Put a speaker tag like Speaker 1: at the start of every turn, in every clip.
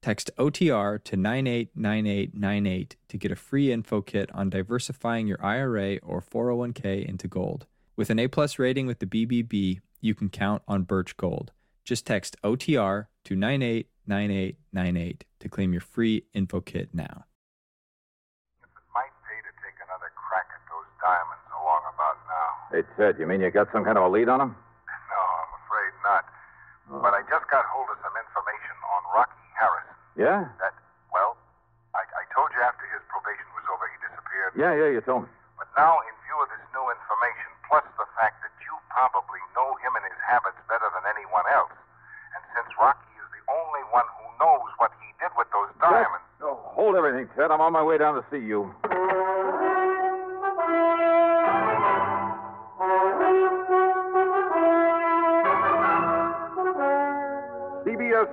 Speaker 1: Text OTR to 989898 to get a free info kit on diversifying your IRA or 401k into gold. With an A plus rating with the BBB, you can count on Birch Gold. Just text OTR to 989898 to claim your free info kit now.
Speaker 2: It might pay to take another crack at those diamonds along about now.
Speaker 3: Hey, Ted, you mean you got some kind of a lead on him?
Speaker 2: No, I'm afraid not. But I just got hold of some information on Rocky Harris.
Speaker 3: Yeah?
Speaker 2: That, well, I, I told you after his probation was over, he disappeared.
Speaker 3: Yeah, yeah, you told me.
Speaker 2: But now, in view of this new information, plus the fact that you probably know him and his habits better than anyone else, and since Rocky is the only one who knows what he did with those diamonds,
Speaker 3: No, hold everything, Ted. I'm on my way down to see you.
Speaker 4: CBS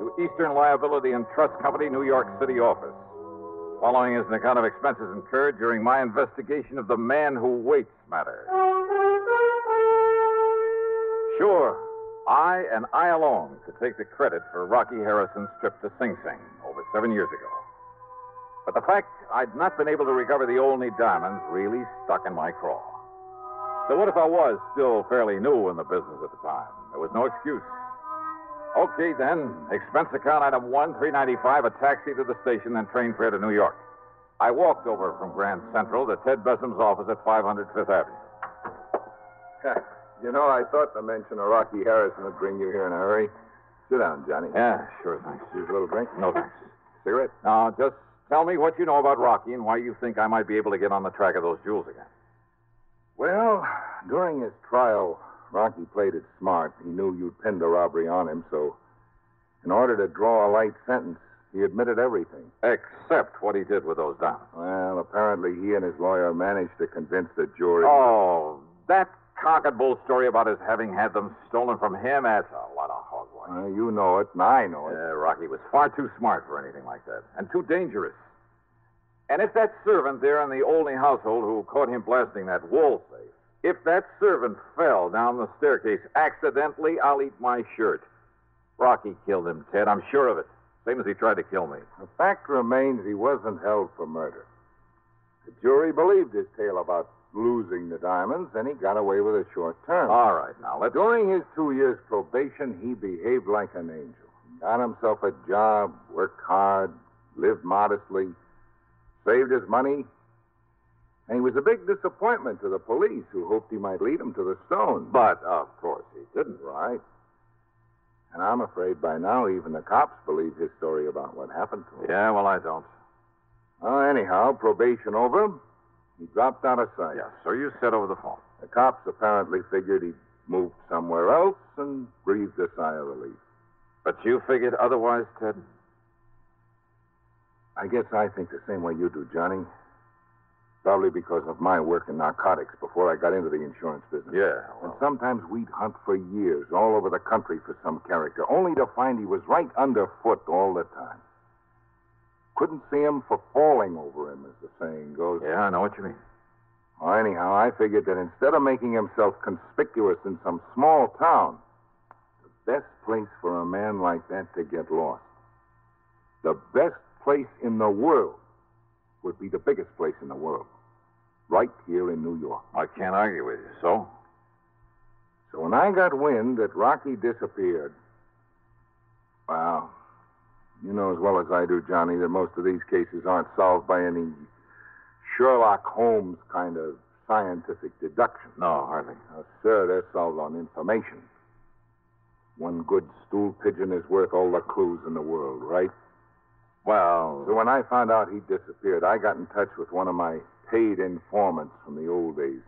Speaker 3: to Eastern Liability and Trust Company, New York City office. Following is an account of expenses incurred during my investigation of the man who waits matter. Sure, I and I alone could take the credit for Rocky Harrison's trip to Sing Sing over seven years ago. But the fact I'd not been able to recover the only diamonds really stuck in my craw. So what if I was still fairly new in the business at the time? There was no excuse. Okay, then. Expense account item one, three ninety-five. A taxi to the station, then train fare to New York. I walked over from Grand Central to Ted Bessem's office at 500 Fifth Avenue.
Speaker 5: You know, I thought the mention of Rocky Harrison would bring you here in a hurry. Sit down, Johnny.
Speaker 3: Yeah, sure, thanks.
Speaker 5: Use a little drink?
Speaker 3: No thanks.
Speaker 5: Cigarette?
Speaker 3: Now, just tell me what you know about Rocky and why you think I might be able to get on the track of those jewels again.
Speaker 5: Well, during his trial, Rocky played it smart. He knew you'd pinned a robbery on him, so in order to draw a light sentence, he admitted everything.
Speaker 3: Except what he did with those diamonds.
Speaker 5: Well, apparently he and his lawyer managed to convince the jury.
Speaker 3: Oh, that cock and bull story about his having had them stolen from him, that's a lot of hogwash.
Speaker 5: Well, you know it, and I know it.
Speaker 3: Yeah, Rocky was far too smart for anything like that, and too dangerous. And if that servant there in the Olney household who caught him blasting that wall safe, if that servant fell down the staircase accidentally, I'll eat my shirt. Rocky killed him, Ted. I'm sure of it. Same as he tried to kill me.
Speaker 5: The fact remains he wasn't held for murder. The jury believed his tale about losing the diamonds, and he got away with a short term.
Speaker 3: All right, now let's.
Speaker 5: During his two years probation, he behaved like an angel. Got himself a job, worked hard, lived modestly, saved his money. And he was a big disappointment to the police, who hoped he might lead them to the stone.
Speaker 3: But of course he didn't.
Speaker 5: Didn't, right? And I'm afraid by now even the cops believe his story about what happened to him.
Speaker 3: Yeah, well I don't.
Speaker 5: Well, anyhow, probation over. He dropped out of sight.
Speaker 3: Yes, sir. You said over the phone.
Speaker 5: The cops apparently figured he'd moved somewhere else and breathed a sigh of relief.
Speaker 3: But you figured otherwise, Ted.
Speaker 5: I guess I think the same way you do, Johnny. Probably because of my work in narcotics before I got into the insurance business.
Speaker 3: Yeah.
Speaker 5: And
Speaker 3: Well,
Speaker 5: sometimes we'd hunt for years all over the country for some character, only to find he was right underfoot all the time. Couldn't see him for falling over him, as the saying goes.
Speaker 3: yeah, I know what you mean.
Speaker 5: Well, anyhow, I figured that instead of making himself conspicuous in some small town, the best place for a man like that to get lost, the best place in the world, would be the biggest place in the world, right here in New York.
Speaker 3: I can't argue with you. So?
Speaker 5: So when I got wind that Rocky disappeared, well, You know as well as I do, Johnny, that most of these cases aren't solved by any Sherlock Holmes kind of scientific deduction.
Speaker 3: No, hardly.
Speaker 5: Now, sir, they're solved on information. One good stool pigeon is worth all the clues in the world, right?
Speaker 3: Well,
Speaker 5: So when I found out he disappeared, I got in touch with one of my paid informants from the old days.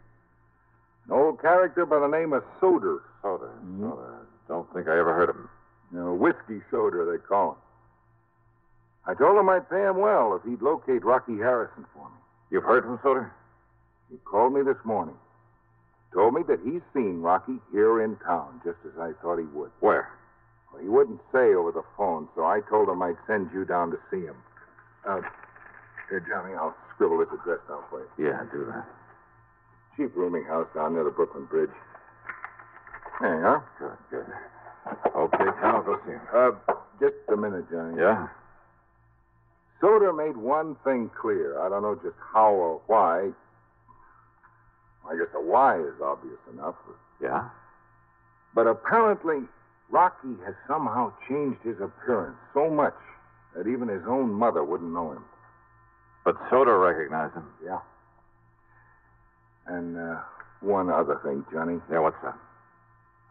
Speaker 5: An old character by the name of Soder.
Speaker 3: soda.
Speaker 5: Mhm.
Speaker 3: Soda. Don't think I ever heard of him.
Speaker 5: You know, whiskey soda, they call him. I told him I'd pay him well if he'd locate Rocky Harrison for me.
Speaker 3: You've heard from Soda?
Speaker 5: He called me this morning. Told me that he's seen Rocky here in town, just as I thought he would.
Speaker 3: Where?
Speaker 5: Well, he wouldn't say over the phone, so I told him I'd send you down to see him. Uh, here, Johnny, I'll scribble his address down for you.
Speaker 3: Yeah, do that.
Speaker 5: Cheap rooming house down near the Brooklyn Bridge. There you are.
Speaker 3: Good, good. Okay, Tom, I'll go see him.
Speaker 5: Uh, just a minute, Johnny.
Speaker 3: Yeah?
Speaker 5: Soder made one thing clear. I don't know just how or why. I guess the why is obvious enough.
Speaker 3: Yeah?
Speaker 5: But apparently, Rocky has somehow changed his appearance so much that even his own mother wouldn't know him.
Speaker 3: But Soda recognized him.
Speaker 5: Yeah. And uh, one other thing, Johnny.
Speaker 3: Yeah, what's that?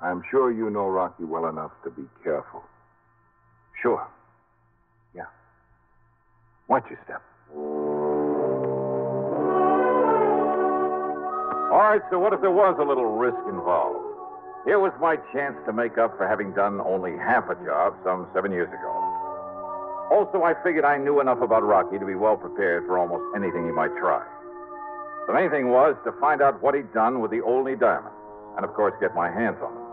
Speaker 5: I'm sure you know Rocky well enough to be careful.
Speaker 3: Sure.
Speaker 5: Watch your step.
Speaker 4: All right, so what if there was a little risk involved?
Speaker 3: Here was my chance to make up for having done only half a job some seven years ago. Also, I figured I knew enough about Rocky to be well prepared for almost anything he might try. The main thing was to find out what he'd done with the only diamonds, and of course, get my hands on them.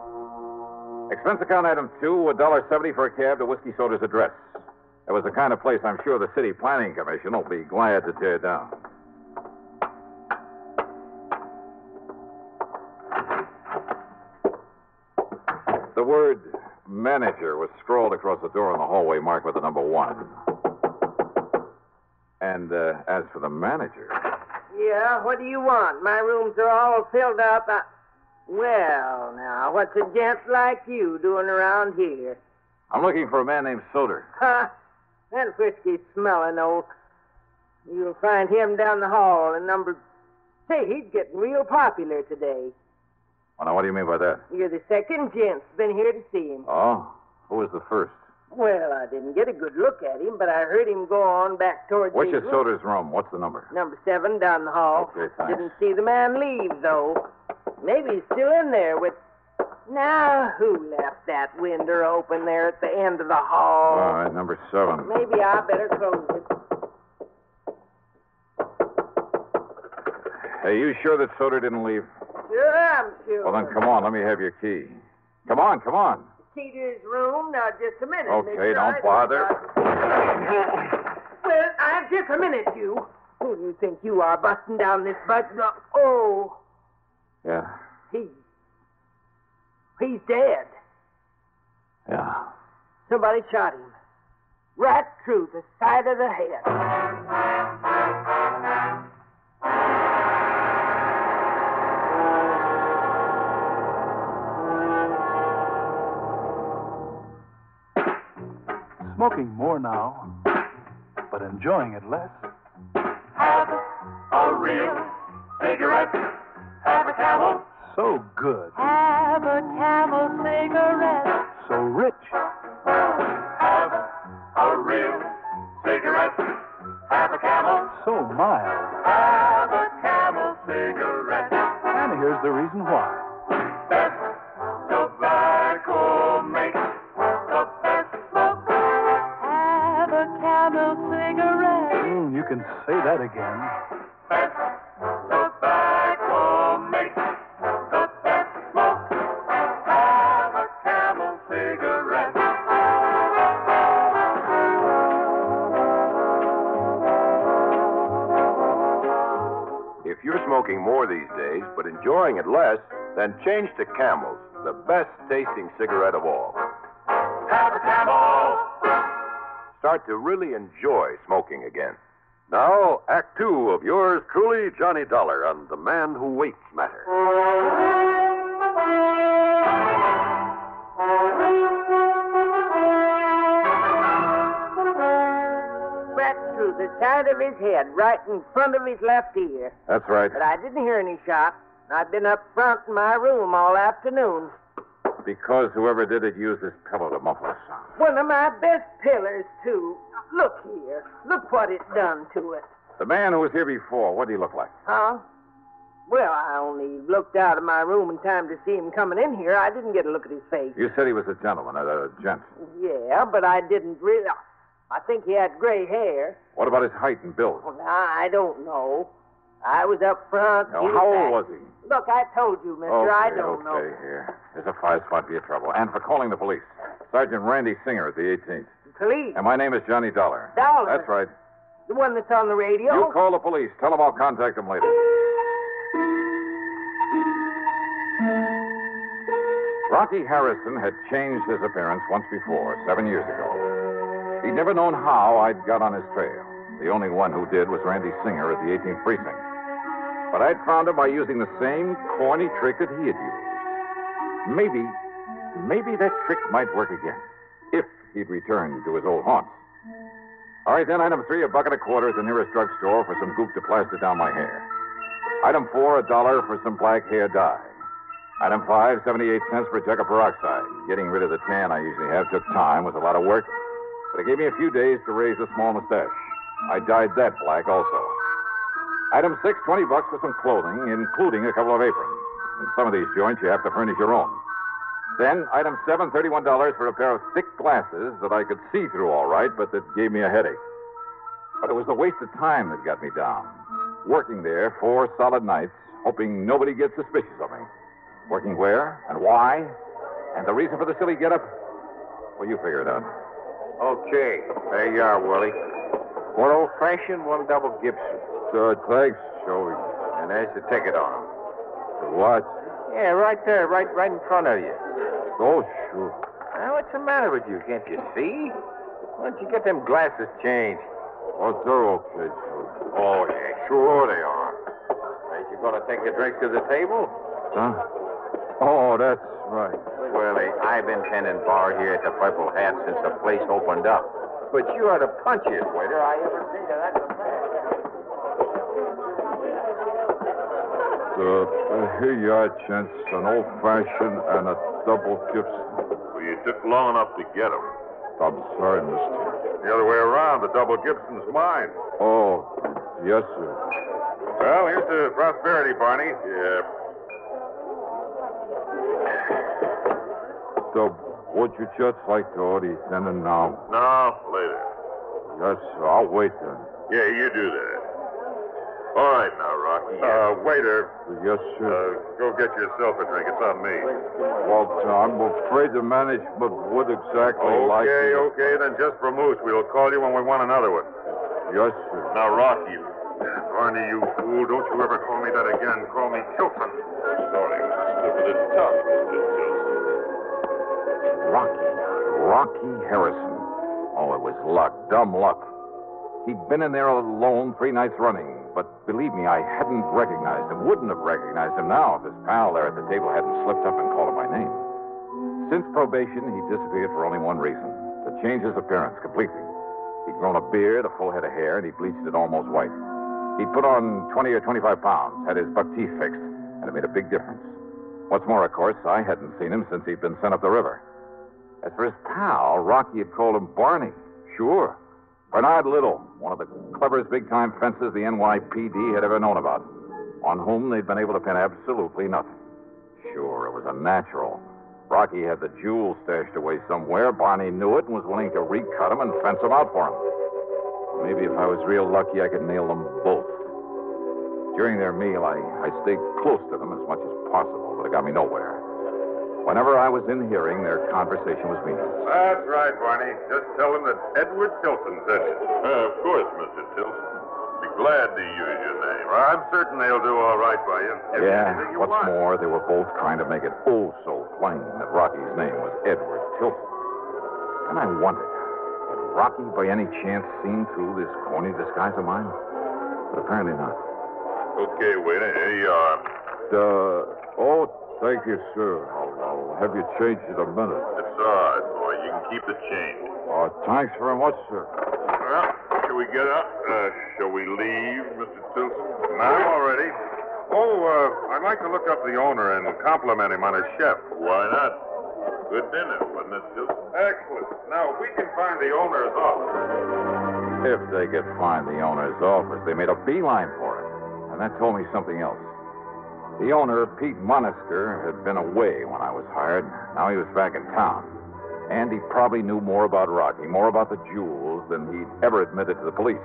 Speaker 3: Expense account item two, $1.70 for a cab to Whiskey Soda's address. That was the kind of place I'm sure the City Planning Commission will be glad to tear down. The word manager was scrawled across the door in the hallway marked with the number one. And uh, as for the manager,
Speaker 6: Yeah, what do you want? My rooms are all filled up. I... Well, now, what's a gent like you doing around here?
Speaker 3: I'm looking for a man named Soder.
Speaker 6: Huh? That whiskey smelling old. You'll find him down the hall in number. Say, he's getting real popular today.
Speaker 3: Well, Oh, now, what do you mean by that?
Speaker 6: You're the second gent's been here to see him.
Speaker 3: Oh, who was the first?
Speaker 6: Well, I didn't get a good look at him, but I heard him go on back towards
Speaker 3: Which
Speaker 6: his
Speaker 3: is
Speaker 6: room.
Speaker 3: Soder's room? What's the number?
Speaker 6: Number seven down the hall.
Speaker 3: Okay, thanks.
Speaker 6: Didn't see the man leave, though. Maybe he's still in there with. Now, who left that window open there at the end of the
Speaker 3: All
Speaker 6: hall?
Speaker 3: right, number seven.
Speaker 6: Maybe I better close it.
Speaker 3: Are you sure that Soder didn't leave?
Speaker 6: Sure, I'm sure.
Speaker 3: Well, then come on, let me have your key. Come on, come on.
Speaker 6: See to his room. Now, just a minute.
Speaker 3: Okay,
Speaker 6: mister.
Speaker 3: don't
Speaker 6: I-
Speaker 3: bother.
Speaker 6: Well, I just a minute, you. Who do you think you are busting down this button? Oh,
Speaker 3: Yeah,
Speaker 6: he. He's dead.
Speaker 3: yeah.
Speaker 6: Somebody shot him. Right through the side of the head.
Speaker 7: Smoking more now, but enjoying it less.
Speaker 8: a real cigarette. Have a camel.
Speaker 7: So good,
Speaker 8: Have a camel cigarette.
Speaker 7: so rich.
Speaker 8: Have a real cigarette. Have a camel.
Speaker 7: so mild.
Speaker 8: Have a camel cigarette.
Speaker 7: And here's the reason why.
Speaker 8: Best tobacco makes the best smoke. Have a camel cigarette.
Speaker 7: Mm, you can say that again.
Speaker 8: Best tobacco makes the best smoke. Have a camel cigarette.
Speaker 4: If you're smoking more these days but enjoying it less, then change to Camels, the best tasting cigarette of all.
Speaker 8: Have a camel.
Speaker 4: Start to really enjoy smoking again. Now, Act Two of yours truly, Johnny Dollar, on The Man Who Waits Matter.
Speaker 8: Thank you.
Speaker 6: right through the side of his head, right in front of his left ear.
Speaker 3: That's right.
Speaker 6: But I didn't hear any shot. I've been up front in my room all afternoon.
Speaker 3: Because whoever did it used this pillow to muffle the sound.
Speaker 6: One of my best pillars, too. Look here. Look what it done to it.
Speaker 3: The man who was here before, what did he look like?
Speaker 6: Huh? Well, I only looked out of my room in time to see him coming in here. I didn't get a look at his face.
Speaker 3: You said he was a gentleman, a, a gent.
Speaker 6: Yeah, but I didn't really. I think he had gray hair.
Speaker 3: What about his height and build?
Speaker 6: Well, I don't know. I was up front.
Speaker 3: Now,
Speaker 6: he
Speaker 3: how
Speaker 6: back.
Speaker 3: old was he?
Speaker 6: Look, I told you, mister.
Speaker 3: okay,
Speaker 6: I don't
Speaker 3: okay,
Speaker 6: know.
Speaker 3: here. There's a five spot for your trouble. And for calling the police. Sergeant Randy Singer at the 18th.
Speaker 6: Police.
Speaker 3: And my name is Johnny Dollar.
Speaker 6: Dollar?
Speaker 3: That's right.
Speaker 6: The one that's on the radio.
Speaker 3: You call the police. Tell them I'll contact them later. Rocky Harrison had changed his appearance once before, seven years ago. He'd never known how I'd got on his trail. The only one who did was Randy Singer at the 18th Precinct. But I'd found him by using the same corny trick that he had used. Maybe, maybe that trick might work again, if he'd returned to his old haunts. All right, then, item three, a bucket of quarters at the nearest drugstore for some goop to plaster down my hair. Item four, a dollar for some black hair dye. Item five, 78 cents for a jug of peroxide. Getting rid of the tan I usually have took time, was a lot of work, but it gave me a few days to raise a small mustache. I dyed that black also. Item six, 20 bucks for some clothing, including a couple of aprons. In some of these joints, you have to furnish your own. Then, item seven, $31 for a pair of thick glasses that I could see through all right, but that gave me a headache. But it was the waste of time that got me down. Working there four solid nights, hoping nobody gets suspicious of me. Working where and why, and the reason for the silly getup? Well, you figure it out.
Speaker 5: Okay. There you are, Willie. One old fashioned, one double Gibson.
Speaker 3: Sure, thanks, Joey.
Speaker 5: And there's the ticket on 'em.
Speaker 3: What?
Speaker 5: Yeah, right there, right right in front of you.
Speaker 3: Oh, sure.
Speaker 5: Now, what's the matter with you? Can't you see? Why don't you get them glasses changed?
Speaker 3: Oh, they're okay, Joey.
Speaker 5: Oh, yeah, sure they are. Ain't you gonna take a drink to the table?
Speaker 3: Huh? Oh, that's right.
Speaker 5: Willie, I've been tending bar here at the Purple Hat since the place opened up. But you are the punchiest waiter I ever seen. and That's a fact.
Speaker 3: Uh, uh, here you are, gents. An old fashioned and a double Gibson.
Speaker 4: Well, you took long enough to get him.
Speaker 3: I'm sorry, mister.
Speaker 4: The other way around, the double Gibson's mine.
Speaker 3: Oh, yes, sir.
Speaker 4: Well, here's to prosperity, Barney. Yeah.
Speaker 3: So, would you just like to order then and now?
Speaker 4: No, later.
Speaker 3: Yes, sir. I'll wait then.
Speaker 4: Yeah, you do that. All right now, Rocky. Uh, waiter,
Speaker 3: Yes,
Speaker 4: uh,
Speaker 3: sir.
Speaker 4: go get yourself a drink. It's on me.
Speaker 3: well, I'm afraid the management would exactly like
Speaker 4: Okay,
Speaker 3: it.
Speaker 4: okay, then just for Moose. We'll call you when we want another one.
Speaker 3: Yes, sir.
Speaker 4: Now, Rocky. Barney, you fool. Don't you ever call me that again. Call me Tilson. Sorry, but it's tough, Tilson.
Speaker 3: Rocky. Rocky Harrison. Oh, it was luck, dumb luck. He'd been in there alone three nights running, but believe me, I hadn't recognized him, wouldn't have recognized him now if his pal there at the table hadn't slipped up and called him by name. Since probation, he disappeared for only one reason to change his appearance completely. He'd grown a beard, a full head of hair, and he bleached it almost white. He'd put on 20 or 25 pounds, had his buck teeth fixed, and it made a big difference. What's more, of course, I hadn't seen him since he'd been sent up the river. As for his pal, Rocky had called him Barney. Sure. Bernard Little, one of the cleverest big time fences the NYPD had ever known about, on whom they'd been able to pin absolutely nothing. Sure, it was a natural. Rocky had the jewels stashed away somewhere. Barney knew it and was willing to recut him and fence him out for him. Maybe if I was real lucky, I could nail them both. During their meal, I, I stayed close to them as much as possible, but it got me nowhere. Whenever I was in hearing, their conversation was meaningless.
Speaker 4: That's right, Barney. Just tell him that Edward Tilson sent you. Uh, of course, Mr. Tilson. Be glad to use your name. I'm certain they'll do all right by you. Give you anything
Speaker 3: Yeah,
Speaker 4: you
Speaker 3: what's
Speaker 4: want.
Speaker 3: more, they were both trying to make it oh so plain that Rocky's name was Edward Tilton. And I wondered, had Rocky by any chance seen through this corny disguise of mine? But apparently not.
Speaker 4: Okay, waiter. um, Here you are.
Speaker 3: Uh, oh, thank you, sir. I'll, I'll have you changed in a minute.
Speaker 4: That's all right, boy. You can keep the change.
Speaker 3: Uh, thanks very much, sir.
Speaker 4: Well, here we
Speaker 9: get up? Uh, shall we leave, Mr. Tilson? No, I'm all ready. Oh, uh, I'd like to look up the owner and compliment him on his chef.
Speaker 5: Why not? Good dinner, wasn't it, Tilson?
Speaker 9: Excellent. Now, if we can find the owner's office.
Speaker 3: If they could find the owner's office, they made a beeline for it. And that told me something else. The owner, Pete Monisker, had been away when I was hired. Now he was back in town. And he probably knew more about Rocky, more about the jewels, than he'd ever admitted to the police.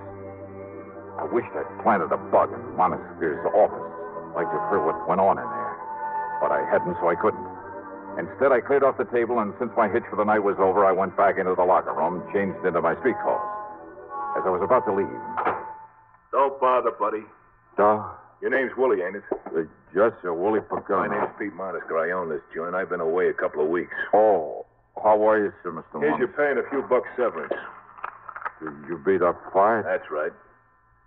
Speaker 3: I wished I'd planted a bug in Monisker's office, like to hear what went on in there. But I hadn't, so I couldn't. Instead, I cleared off the table, and since my hitch for the night was over, I went back into the locker room, changed into my street clothes as I was about to leave.
Speaker 5: Don't bother, buddy.
Speaker 10: Duh.
Speaker 5: Your name's Willie, ain't it?
Speaker 3: Uh,
Speaker 10: The judge or Willie
Speaker 5: My
Speaker 10: Pagano.
Speaker 5: name's Pete Monisker. I own this joint. I've been away a couple of weeks.
Speaker 10: Oh. How are you, sir, Mr.
Speaker 5: Here's
Speaker 10: Monisker?
Speaker 5: your pay and a few bucks severance.
Speaker 10: Did you beat up fire?
Speaker 5: That's right.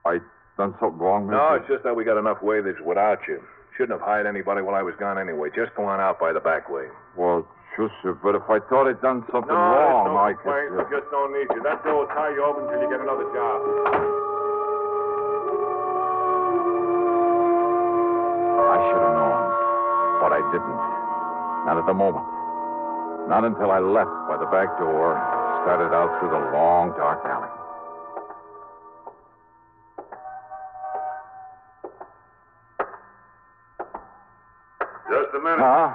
Speaker 10: I done something wrong, Mr.
Speaker 5: No, it's just that we got enough waivers without you. Shouldn't have hired anybody while I was gone anyway. Just go on out by the back way.
Speaker 10: Well, sure, sir, but if I thought I'd done something
Speaker 5: no,
Speaker 10: wrong,
Speaker 5: there's no
Speaker 10: I
Speaker 5: complaint.
Speaker 10: could... uh,
Speaker 5: We just don't need you. That door will tie you open until you get another job.
Speaker 3: I should have known, but I didn't. Not at the moment. Not until I left by the back door and started out through the long, dark alley.
Speaker 9: Just a minute.
Speaker 10: Huh?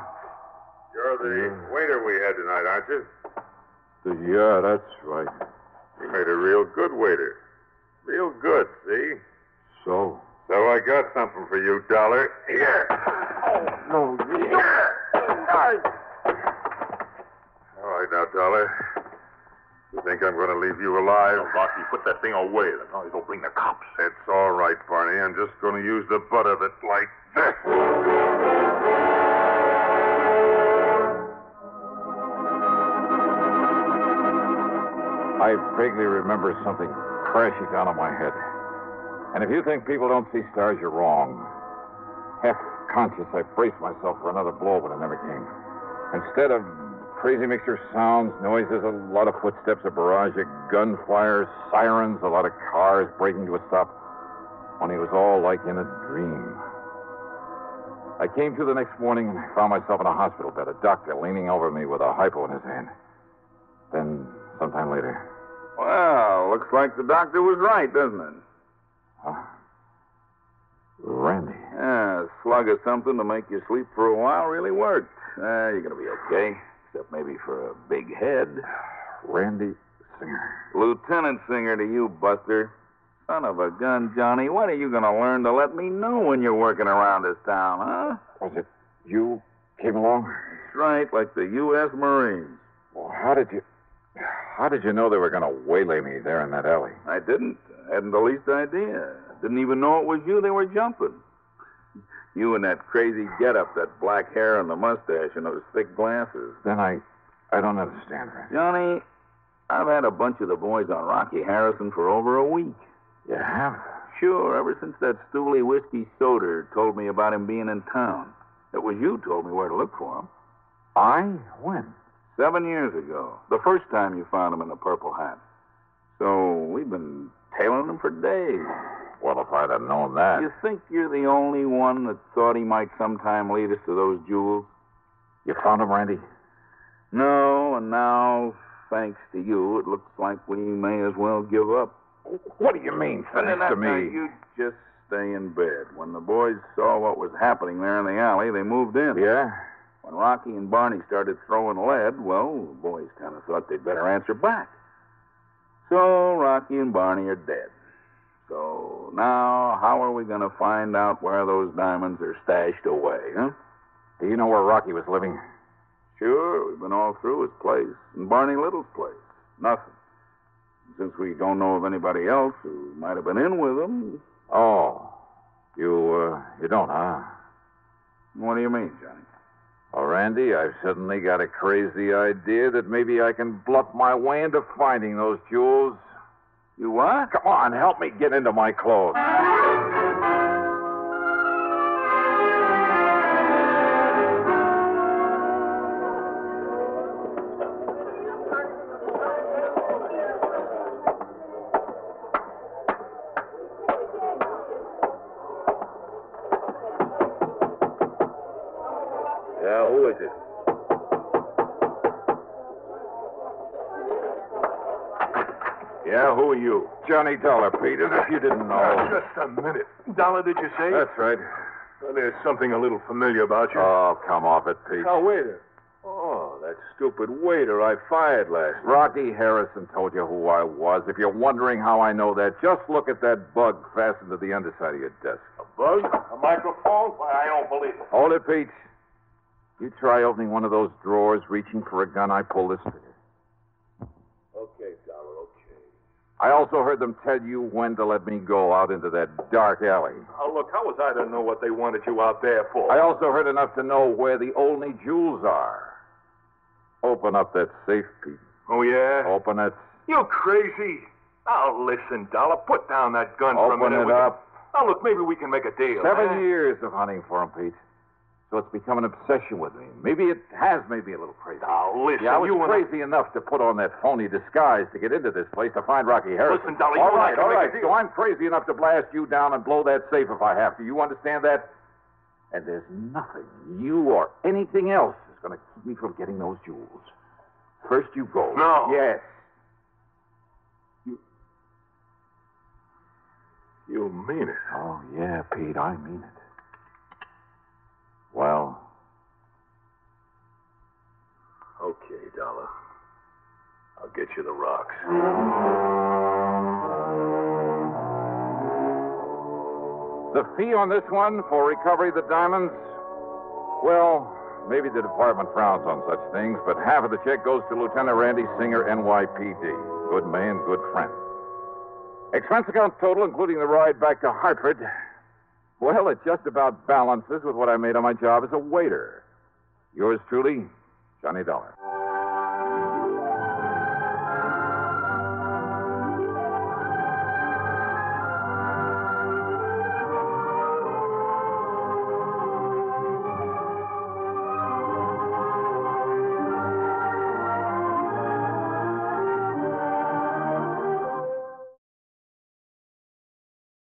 Speaker 9: You're the waiter we had tonight, aren't you?
Speaker 3: Mm,
Speaker 10: Yeah, that's right.
Speaker 9: You made a real good waiter. Real good, see?
Speaker 10: So?
Speaker 9: So I got something for you, Dollar. Here.
Speaker 10: No,
Speaker 9: Here. All right now, Dollar. You think I'm going to leave you alive?
Speaker 5: Rocky, put that thing away. The noise will bring the cops.
Speaker 9: It's all right, Barney. I'm just going to use the butt of it like this.
Speaker 3: I vaguely remember something crashing down on my head. And if you think people don't see stars, you're wrong. Half conscious, I braced myself for another blow, but it never came. Instead of crazy mixture of sounds, noises, a lot of footsteps, a barrage of gunfire, sirens, a lot of cars breaking to a stop, when it was all like in a dream. I came to the next morning and found myself in a hospital bed, a doctor leaning over me with a hypo in his hand. Then, sometime later,
Speaker 10: Well, looks like the doctor was right, doesn't it?
Speaker 3: Ah. Randy.
Speaker 10: Yeah, a slug or something to make you sleep for a while really worked. Uh, you're going to be okay, except maybe for a big head.
Speaker 3: Randy Singer.
Speaker 10: Lieutenant Singer to you, Buster. Son of a gun, Johnny. When are you going to learn to let me know when you're working around this town, huh?
Speaker 3: Was it you came along?
Speaker 10: That's right, like the U.S. Marines.
Speaker 3: Well, how did you. How did you know they were going to waylay me there in that alley?
Speaker 10: I didn't. I hadn't the least idea. Didn't even know it was you they were jumping. You in that crazy getup, that black hair and the mustache and those thick glasses.
Speaker 3: Then I. I don't understand, Randy.
Speaker 10: Johnny, I've had a bunch of the boys on Rocky Harrison for over a week.
Speaker 3: You have?
Speaker 10: Sure, ever since that Stooley whiskey soda told me about him being in town. It was you told me where to look for him.
Speaker 3: I? When?
Speaker 10: Seven years ago, the first time you found him in a purple hat. So we've been tailing him for days.
Speaker 3: Well, if I'd have known that.
Speaker 10: You think you're the only one that thought he might sometime lead us to those jewels?
Speaker 3: You found him, Randy?
Speaker 10: No, and now, thanks to you, it looks like we may as well give up.
Speaker 3: What do you mean,
Speaker 10: No, no,
Speaker 3: thanks to
Speaker 10: no,
Speaker 3: me?
Speaker 10: You just stay in bed. When the boys saw what was happening there in the alley, they moved in.
Speaker 3: Yeah?
Speaker 10: When Rocky and Barney started throwing lead, well, the boys kind of thought they'd better answer back. So Rocky and Barney are dead. So now, how are we going to find out where those diamonds are stashed away, huh?
Speaker 3: Do you know where Rocky was living?
Speaker 10: Sure, we've been all through his place and Barney Little's place. Nothing. Since we don't know of anybody else who might have been in with him,
Speaker 3: Oh. You, uh, you don't, huh?
Speaker 10: what do you mean, Johnny?
Speaker 3: Well, Randy, I've suddenly got a crazy idea that maybe I can bluff my way into finding those jewels.
Speaker 10: You what?
Speaker 3: Come on, help me get into my clothes.
Speaker 10: Yeah, who are you?
Speaker 5: Johnny Dollar, Pete, as if you didn't know.
Speaker 10: Uh, Just a minute. Dollar, did you say?
Speaker 5: That's right.
Speaker 10: Well, there's something a little familiar about you.
Speaker 5: Oh, come off it, Pete.
Speaker 10: Now, waiter. Oh, that stupid waiter I fired last
Speaker 3: Rocky Harrison told you who I was. If you're wondering how I know that, just look at that bug fastened to the underside of your desk.
Speaker 11: A bug? A microphone? Why, I don't believe it.
Speaker 3: Hold it, Pete. You try opening one of those drawers, reaching for a gun, I pull this trigger.
Speaker 10: Okay, Dollar, okay.
Speaker 3: I also heard them tell you when to let me go out into that dark alley.
Speaker 10: Now, Uh, look, how was I to know what they wanted you out there for?
Speaker 3: I also heard enough to know where the only jewels are. Open up that safe, Pete.
Speaker 10: Oh, yeah?
Speaker 3: Open it.
Speaker 10: You crazy? Now, listen, Dollar, put down that gun for a
Speaker 3: Open
Speaker 10: minute.
Speaker 3: it
Speaker 10: will you?
Speaker 3: up.
Speaker 10: Now, look, maybe we can make a deal.
Speaker 3: Seven
Speaker 10: eh?
Speaker 3: years of hunting for him, Pete. So it's become an obsession with me. Maybe it has made me a little crazy.
Speaker 10: Now, listen,
Speaker 3: yeah, I was
Speaker 10: you and I-
Speaker 3: crazy enough to put on that phony disguise to get into this place to find Rocky Harrison.
Speaker 10: Listen, Dolly, you
Speaker 3: all
Speaker 10: and I
Speaker 3: right,
Speaker 10: can
Speaker 3: all
Speaker 10: make a
Speaker 3: right.
Speaker 10: deal.
Speaker 3: So I'm crazy enough to blast you down and blow that safe if I have to. You understand that? And there's nothing you or anything else is going to keep me from getting those jewels. First you go.
Speaker 10: No.
Speaker 3: Yes.
Speaker 10: You mean it.
Speaker 3: Oh, yeah, Pete, I mean it. Well,
Speaker 10: Okay, Dollar. I'll get you the rocks.
Speaker 3: The fee on this one for recovery of the diamonds? Well, maybe the department frowns on such things, but half of the check goes to Lieutenant Randy Singer, NYPD. Good man, good friend. Expense account total, including the ride back to Hartford. Well, it just about balances with what I made on my job as a waiter. Yours truly, Johnny Dollar.